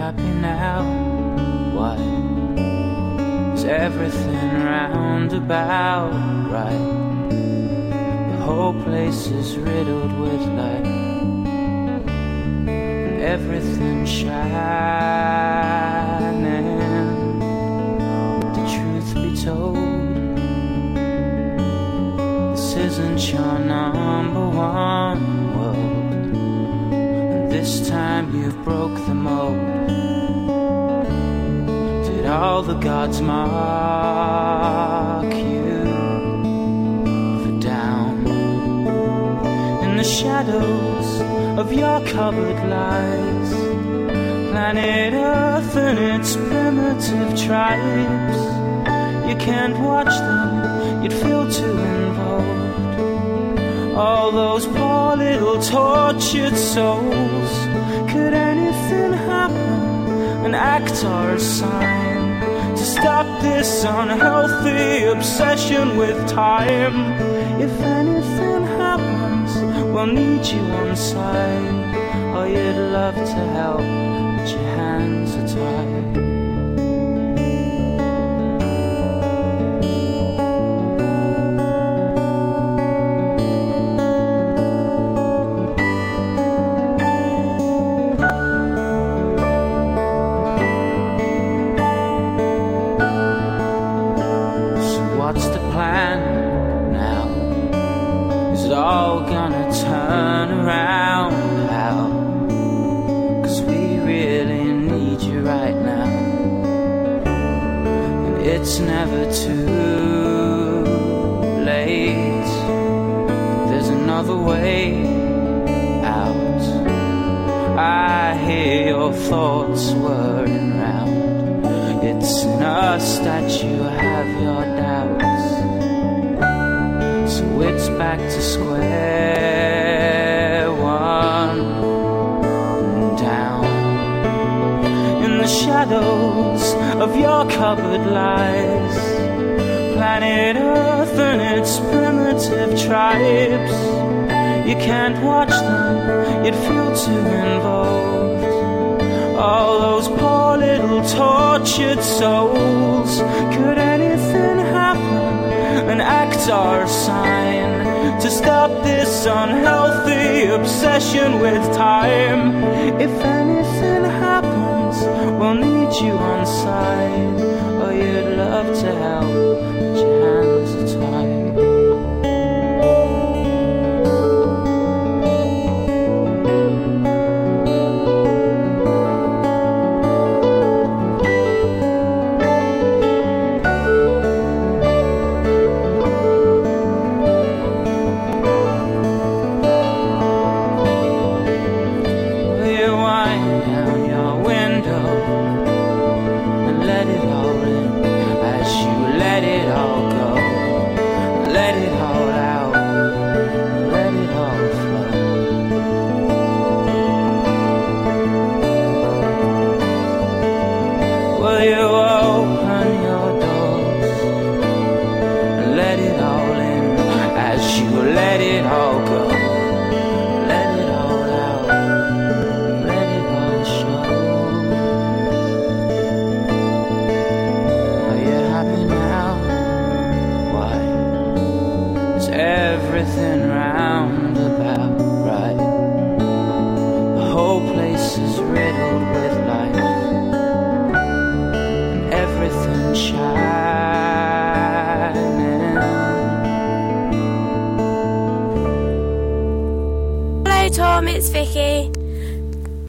happy now? Why? Is everything round about right? The whole place is riddled with light. Everything shining. The truth be told, this isn't your number one world. And this time you've broke the mold. Did all the gods mark you for down? In the shadows of your covered lies, planet Earth and its primitive tribes. You can't watch them, you'd feel too involved. All those poor little tortured souls. Could anything happen? An act or a sign to stop this unhealthy obsession with time? If anything happens, we'll need you on side. Oh, you'd love to help, but your hands are tied. So what's the plan now? Is it all gonna turn around? How? Cause we really need you right now. And it's never too late. There's another way out. I hear your thoughts whirring round. It's in us that you have your doubts. So it's back to square one and down. In the shadows of your covered lies, planet Earth and its primitive tribes. You can't watch them, you'd feel too involved. All those poor little tortured souls. Could anything happen? An act or a sign to stop this unhealthy obsession with time. If anything happens, we'll need you on side. Oh, you'd love to help, but your hands are tied. Will you wind down your window and let it all in as you let it all go? Let it all out, let it all flow. Will you open your doors and let it all in as you let it all go? Let it all out. Let it all show. Are you happy now? Why? Is everything round about right? The whole place is riddled with life, and everything shining. Hello, Tom. It's Vicky.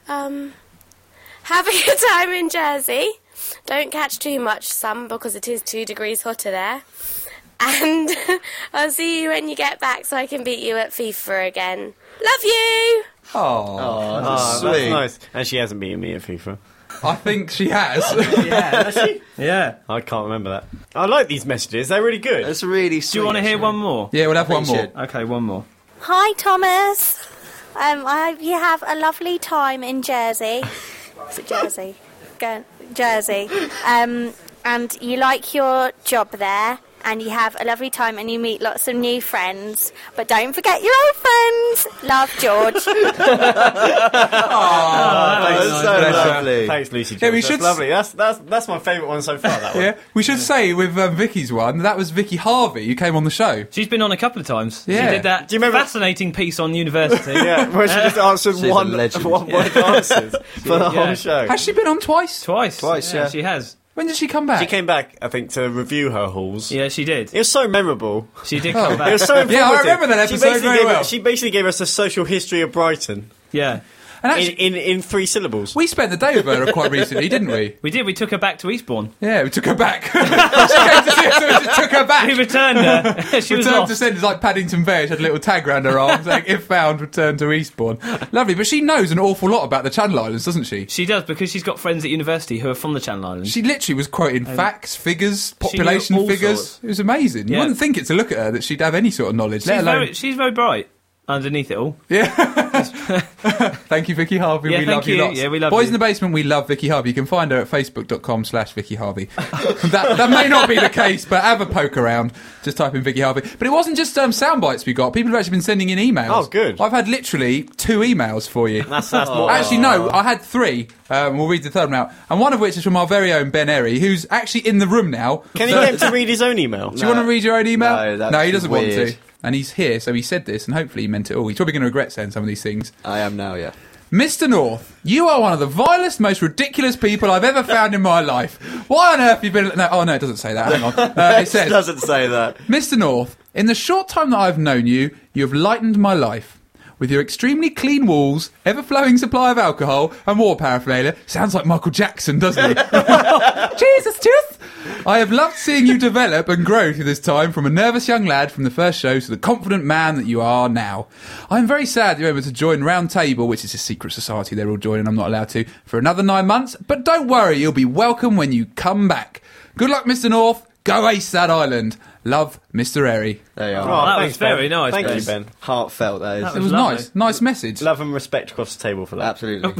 Um, have a good time in Jersey. Don't catch too much sun because it is two degrees hotter there. And I'll see you when you get back so I can beat you at FIFA again. Love you. Oh, Oh, that's nice. And she hasn't beaten me at FIFA. I think she has. yeah, has she? Yeah. I can't remember that. I like these messages. They're really good. It's really sweet. Do you want to hear one more? Yeah, we'll have one more. Okay, one more. Hi, Thomas. Um, I hope you have a lovely time in Jersey. Is it Jersey? Go, Jersey. Um, and you like your job there, and you have a lovely time, and you meet lots of new friends. But don't forget your old friends. Love, George. that's nice. so Bless her. lovely. Thanks, Lucy. Yeah, we George. should- That's lovely. That's that's that's my favourite one so far. That one. Yeah, we should say with um, Vicky's one that was Vicky Harvey who came on the show. She's been on a couple of times. Yeah, She did that Do you remember fascinating piece on university. Yeah, where she just answered She's a one- legend. one word answers for the whole show. Has she been on twice? Twice. Twice, yeah. She has. When did she come back? She came back, I think, to review her hauls. Yeah, she did. It was so memorable. She did come back. It was so Yeah, I informative. remember that She episode basically very gave- well. She basically gave us a social history of Brighton. Yeah. And in, in, in three syllables. We spent the day with her quite recently, didn't we? We did. We took her back to Eastbourne. Yeah, we took her back. she came to see us, so we just took her back. We returned her. She was returned lost. to senders like Paddington Bear. She had a little tag round her arm saying, "If found, return to Eastbourne." Lovely, but she knows an awful lot about the Channel Islands, doesn't she? She does because she's got friends at university who are from the Channel Islands. She literally was quoting And facts, figures, knew population all figures. sorts. It was amazing. You Yeah. wouldn't think it to look at her that she'd have any sort of knowledge, she's, let alone. very, she's very bright underneath it all. Thank you, Vicky Harvey. Yeah, we thank love you, you. lots. Yeah, we love Boys you. in the Basement, we love Vicky Harvey. You can find her at facebook.com slash Vicky Harvey. that, that may not be the case, but have a poke around. Just type in Vicky Harvey. But it wasn't just um, sound bites we got. People have actually been sending in emails. Oh, good. I've had literally two emails for you. That's- that's more- Actually, no, I had three. Um, we'll read the third one out. And one of which is from our very own Ben Erry, who's actually in the room now. Can you So- get him to read his own email? do you want to read your own email? No, that's he doesn't want weird. to. And he's here, so he said this, and hopefully he meant it all. He's probably going to regret saying some of these things. I am now, yeah. Mr. North, you are one of the vilest, most ridiculous people I've ever found in my life. Why on earth have you been? No, oh no, it doesn't say that. Hang on, uh, it says doesn't say that. Mr. North, in the short time that I've known you, you have lightened my life. With your extremely clean walls, ever flowing supply of alcohol, and war paraphernalia, sounds like Michael Jackson, doesn't it? Jesus, Jesus! I have loved seeing you develop and grow through this time from a nervous young lad from the first show to the confident man that you are now. I'm very sad that you're able to join Round Table, which is a secret society they're all joining, I'm not allowed to, for another nine months, but don't worry, you'll be welcome when you come back. Good luck, Mr. North. Go ace that island. Love, Mr. Erry. There you are. Oh, that was very nice, Thank Ben. you, Ben. Heartfelt, that is. That was It was lovely. nice. Nice message. Love and respect across the table for that. Absolutely.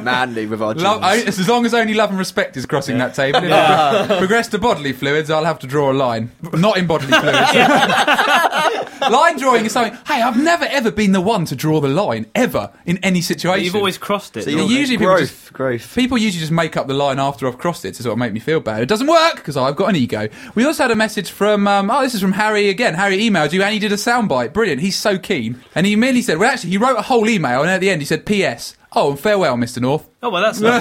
Manly with our Love, I, as long as only love and respect is crossing that table. If Yeah. I progress to bodily fluids, I'll have to draw a line. Not in bodily fluids. line drawing is something. Hey, I've never ever been the one to draw the line ever in any situation. you've always crossed it. So though. usually people just, growth. People usually just make up the line after I've crossed it to sort of make me feel bad. It doesn't work because I've got an ego. We also had a message from um, oh, this is from Harry again. Harry emailed you and he did a soundbite. Brilliant. He's so keen. And he merely said, well, actually, he wrote a whole email and at the end he said, "P.S. Oh, and farewell, Mr. North." Oh well, that's What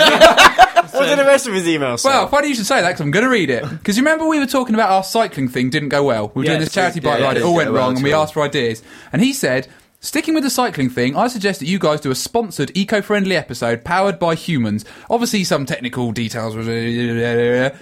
did the rest of his email say? Well, funny you should say that because I'm going to read it. Because you remember we were talking about our cycling thing didn't go well. We were doing Yes. this charity Yeah, bike it ride, it didn't all go went well wrong, at and we all. asked for ideas. And he said, sticking with the cycling thing, I suggest that you guys do a sponsored eco-friendly episode powered by humans. Obviously, some technical details.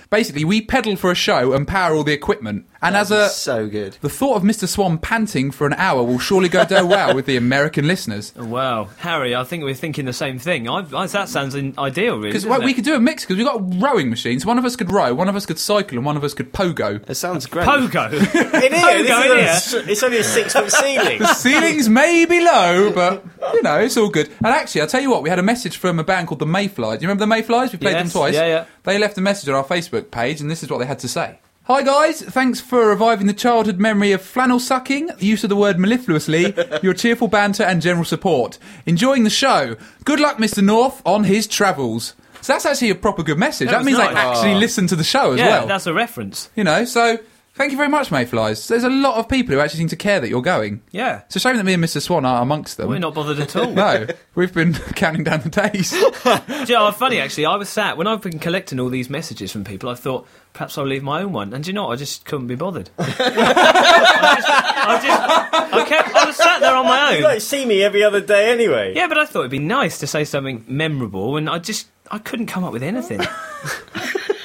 Basically, we pedal for a show and power all the equipment. And as a so good, the thought of Mr. Swan panting for an hour will surely go down well with the American listeners. Wow, Harry, I think we're thinking the same thing. I, I, that sounds in, ideal, really. Because doesn't we it? could do a mix because we've got rowing machines. One of us could row, one of us could cycle, and one of us could pogo. It sounds great. Pogo. It is. Pogo, this yeah. is on a s- it's only a six foot ceiling. the ceilings may be low, but you know it's all good. And actually, I'll tell you what, we had a message from a band called the Mayflies. Do you remember the Mayflies? We played them Yes, twice. yeah, yeah. They left a message on our Facebook page, and this is what they had to say. Hi guys, thanks for reviving the childhood memory of flannel sucking, use of the word mellifluously, your cheerful banter and general support. Enjoying the show. Good luck, Mr. North, on his travels. So that's actually a proper good message. That That, was means they nice. actually Aw. listen to the show as yeah, well. that's a reference. You know, so thank you very much, Mayflies. There's a lot of people who actually seem to care that you're going. Yeah. It's a shame that me and Mr. Swan are amongst them. We're not bothered at all. no, we've been counting down the days. Do you know, funny actually. I was sat when I've been collecting all these messages from people. I thought perhaps I'll leave my own one, and do you know, what? I just couldn't be bothered. I kept. I was sat there on my You own. like see me every other day anyway. Yeah, but I thought it'd be nice to say something memorable, and I just I couldn't come up with anything.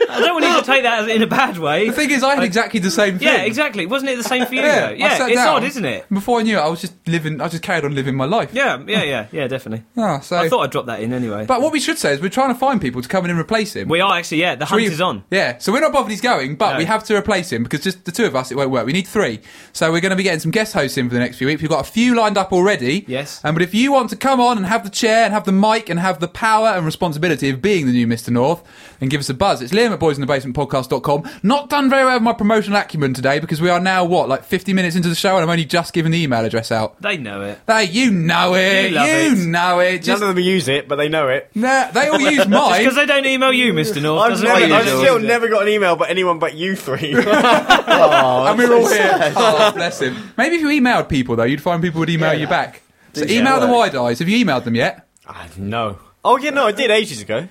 I don't want you to take that as- in a bad way. The thing is, I had exactly the same thing. Yeah, exactly. Wasn't it the same for you? though? I yeah sat it's down. odd, isn't it? Before I knew it, I was just living. I just carried on living my life. Yeah, yeah, yeah, yeah, definitely. Ah, so- I thought I'd drop that in anyway. But what we should say is, we're trying to find people to come in and replace him. we are actually, yeah, the So we- hunt is on. Yeah, so we're not bothered he's going, but No. we have to replace him because just the two of us, it won't work. We need three. So we're going to be getting some guest hosts in for the next few weeks. We've got a few lined up already. Yes. Um, but if you want to come on and have the chair and have the mic and have the power and responsibility of being the new Mr. North, then give us a buzz. It's Liam at boysinthebasementpodcast.com. Not done very well with my promotional acumen today because we are now, what, like 50 minutes into the show and I'm only just giving the email address out. They know it. They, you know it. You love it. know it. Just, None of them use it, but they know it. Nah, they all use mine. because they don't email you, Mr. North. I've, doesn't never, mean I've you don't still use it. never got an email, but anyone but you three. and we're all here. Oh, bless him. Maybe if you emailed people though, you'd find people would email you back. So Yeah. email the Yeah. wide eyes. Have you emailed them yet? no. Oh yeah, no, I did ages ago.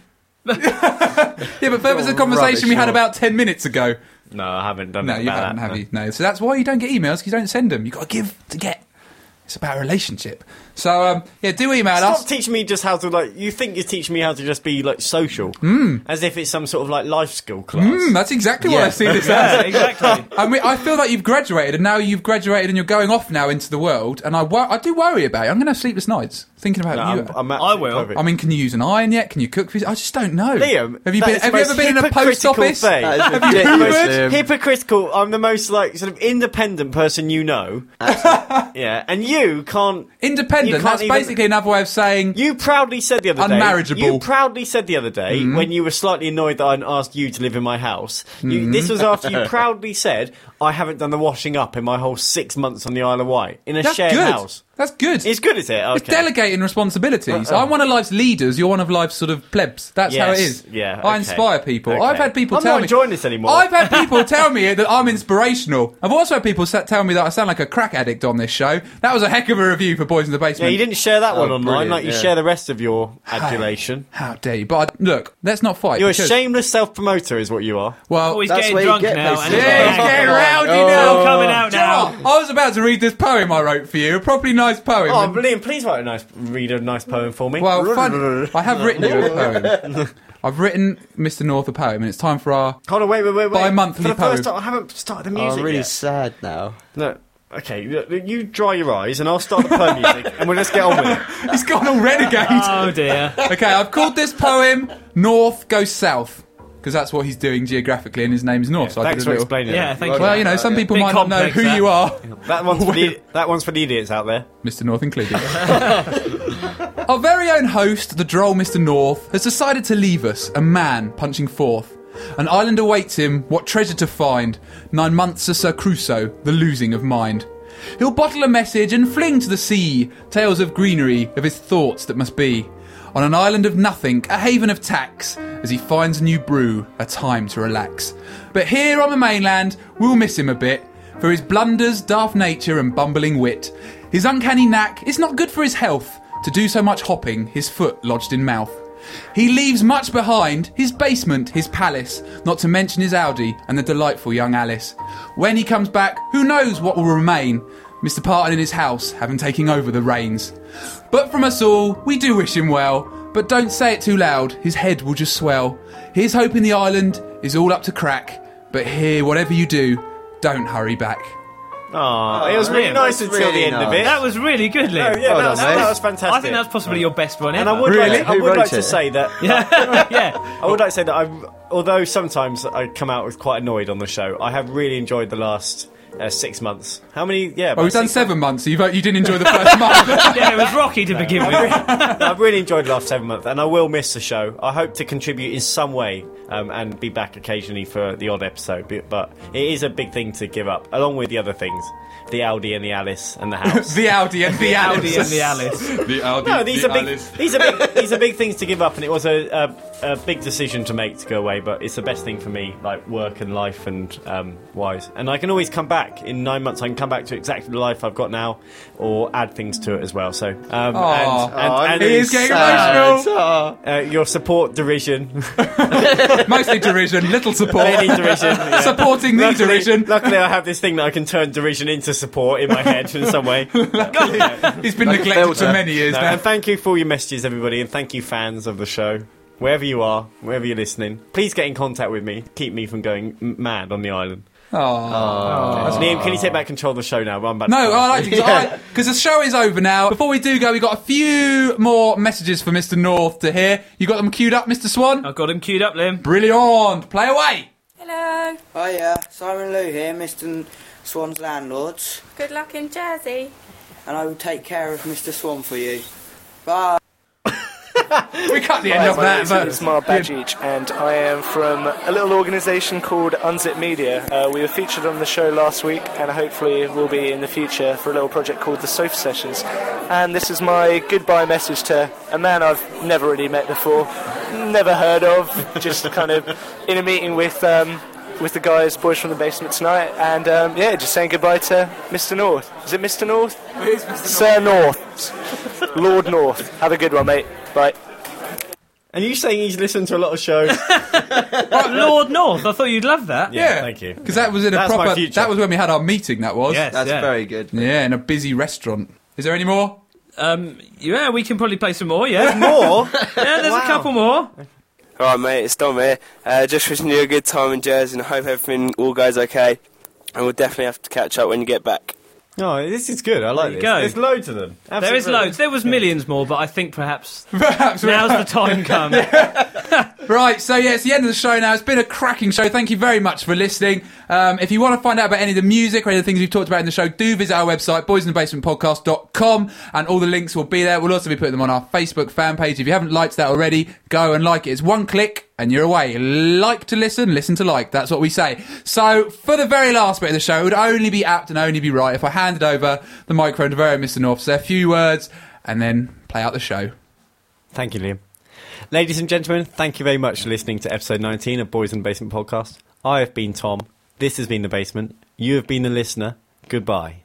Yeah, but Oh, there was a conversation we had about ten minutes ago. No, I haven't done No, it you haven't, about that, have no. you? No. So that's why you don't get emails. 'cause You don't send them. You have got to give to get. It's about a relationship. So um, yeah, do email Stop us. teaching me just how to like. You think you're teaching me how to just be like social, as if it's some sort of like life skill class. Mm, Hmm. that's exactly what Yeah. I see this Yeah, as. exactly. I mean, I feel like you've graduated, and now you've graduated, and you're going off now into the world. And I, wor- I do worry about you. I'm going to have sleepless nights thinking about you. I'm, i will. I mean, can you use an iron yet? Can you cook for? I just don't know. Liam, have you that been? is the Have you most ever been in a post hypocritical office? Thing. Have you Hoovered? Hypocritical. I'm the most like sort of independent person you know. yeah, and you can't. Independent. you can't that's even- basically another way of saying you proudly said the other day- unmarriageable. Mm-hmm. You proudly said the other day when you were slightly annoyed that I'd asked you to live in my house. You, Mhm. This was after you proudly said, "I haven't done the washing up in my whole six months on the Isle of Wight in a That's shared good. house." That's good. It's good, is it? Okay. Uh-uh. It's delegating responsibilities. I'm one of life's leaders. You're one of life's sort of plebs. That's how it Yes. is. Yeah, I okay. inspire people. Okay. I've had people I'm tell not me. enjoying this anymore. I've had people tell me that I'm inspirational. I've also had people sa- tell me that I sound like a crack addict on this show. That was a heck of a review for Boys in the yeah, Basement. you didn't share that one one online. Like you share the rest of your adulation. How dare you? But I, look, let's not fight. You're a because- shameless self-promoter, is what you are. Well, Oh, he's That's getting where you drunk get now, places. and he's yeah, he's getting getting drunk. rowdy Oh. now. It's all coming out Do you know now. what? I was about to read this poem I wrote for you. A properly nice poem. Oh, Liam, please write a nice, read a nice poem for me. well, fun. I have written you a poem. I've written Mr. North a poem, and it's time for our Hold on, wait, wait, wait, wait. Bi-monthly For the poem. first time, I haven't started the music yet. Oh, sad now. No. Okay, look, you dry your eyes and I'll start the poem music and we'll just get on with it. He's gone all renegade. Oh dear. okay, I've called this poem North Goes South. because that's what he's doing geographically, and his name's North. so I did a thanks for little- explaining that. Yeah, thank well, you. you know, some Yeah. people Bit might not know complex, who that. you are. That one's for the, that one's for the idiots out there. Mr. North included. Our very own host, the droll Mr. North, has decided to leave us, a man punching forth. An island awaits him, what treasure to find. Nine months of Sir Crusoe, the losing of mind. He'll bottle a message and fling to the sea tales of greenery, of his thoughts that must be. On an island of nothing, a haven of tax, as he finds new brew, a time to relax. But here on the mainland, we'll miss him a bit for his blunders, daft nature, and bumbling wit. His uncanny knack is not good for his health, to do so much hopping, his foot lodged in mouth. He leaves much behind his basement, his palace, not to mention his Audi and the delightful young Alice. When he comes back, who knows what will remain? Mr. Parton in his house, having taken over the reins. But from us all, we do wish him well, but don't say it too loud, his head will just swell. His hope in the island is all up to crack, but here, whatever you do, don't hurry back. Aw, Uh, it was really nice until the end of it. That was really good, Liam. No, Oh, yeah, that, was, that was fantastic. I think that's possibly your best one And ever. I would like, I would like to say that. yeah, I would like to say that I, although sometimes I come out with quite annoyed on the show, I have really enjoyed the last uh, six months. How many? Yeah, well, about Oh, we've done six- seven months, so you you didn't enjoy the first month. yeah, it was rocky to begin with. I've really enjoyed the last seven months, and I will miss the show. I hope to contribute in some way um, and be back occasionally for the odd episode. but- But it is a big thing to give up, along with the other things, the Audi and the Alice and the house. the Audi and the, The Alice. Audi and the Alice. The Audi No, these are big. These are big. these are big things to give up, and it was a, a a big decision to make to go away. But it's the best thing for me, like work and life and um, wise. And I can always come back in nine months. I can come back to exactly the life I've got now, or add things to it as well. So, um, and, Aw. and, Aw, and it is getting Sad. emotional. Uh, your support, derision, mostly derision, little support, Mainly derision, yeah. supporting the Luckily- derision. Luckily, I have this thing that I can turn derision into support in my head in some way. He's been Like a neglected for filter. many years now. And thank you for all your messages, everybody, and thank you, fans of the show. Wherever you are, wherever you're listening, please get in contact with me. Keep me from going m- mad on the island. Aw. Aw. Liam, can you take back control of the show now? I'm about Oh. Ah. No, to I like to because the show is over now. Before we do go, we got a few more messages for Mr. North to hear. You got them queued up, Mr. Swan? I've got them queued up, Lim. Brilliant. Play away. Hello. Hiya, uh, Simon Lou here, Mr. Swan's landlords, Good luck in Jersey. and I will take care of Mr. Swan for you. Bye. we cut the end of that, My but- name is Mar Bajic, and I am from a little organisation called Unzip Media. Uh, we were featured on the show last week, and hopefully will be in the future for a little project called the Sofa Sessions. And this is my goodbye message to a man I've never really met before, never heard of, just kind of in a meeting with. Um, with the guys, boys from the basement tonight, and um, yeah, just saying goodbye to Mr. North. Is it Mr. North? It is Mr. Sir North. Lord North. Have a good one, mate. Bye. And you saying he's listened to a lot of shows? Lord North, I thought you'd love that. thank you. Because that was in a That's my proper. future. That was when we had our meeting. That was. Yes, That's yeah. very good. Yeah, in a busy restaurant. Is there any more? Um, yeah, we can probably play some more. Yeah, more. yeah, there's a couple more. Alright, mate, it's Dom here. Uh, just wishing you a good time in Jersey and I hope everything all goes okay. And we'll definitely have to catch up when you get back. No, this is good. I like There you this. go. There's loads of them. There is Absolutely. loads. There was millions more, but I think perhaps perhaps now's the time come. Right, so yeah, it's the end of the show now. It's been a cracking show. Thank you very much for listening. Um, if you want to find out about any of the music or any of the things we've talked about in the show, do visit our website, boysinthebasementpodcast.com, and all the links will be there. We'll also be putting them on our Facebook fan page. If you haven't liked that already, go and like it. It's one click and you're away. Like to listen, listen to like. That's what we say. So, for the very last bit of the show, it would only be apt and only be right if I handed over the microphone to very Mr. North. So, a few words and then play out the show. Thank you, Liam. Ladies and gentlemen, thank you very much for listening to episode 19 of Boys in the Basement podcast. I have been Tom. This has been The Basement. You have been the listener. Goodbye.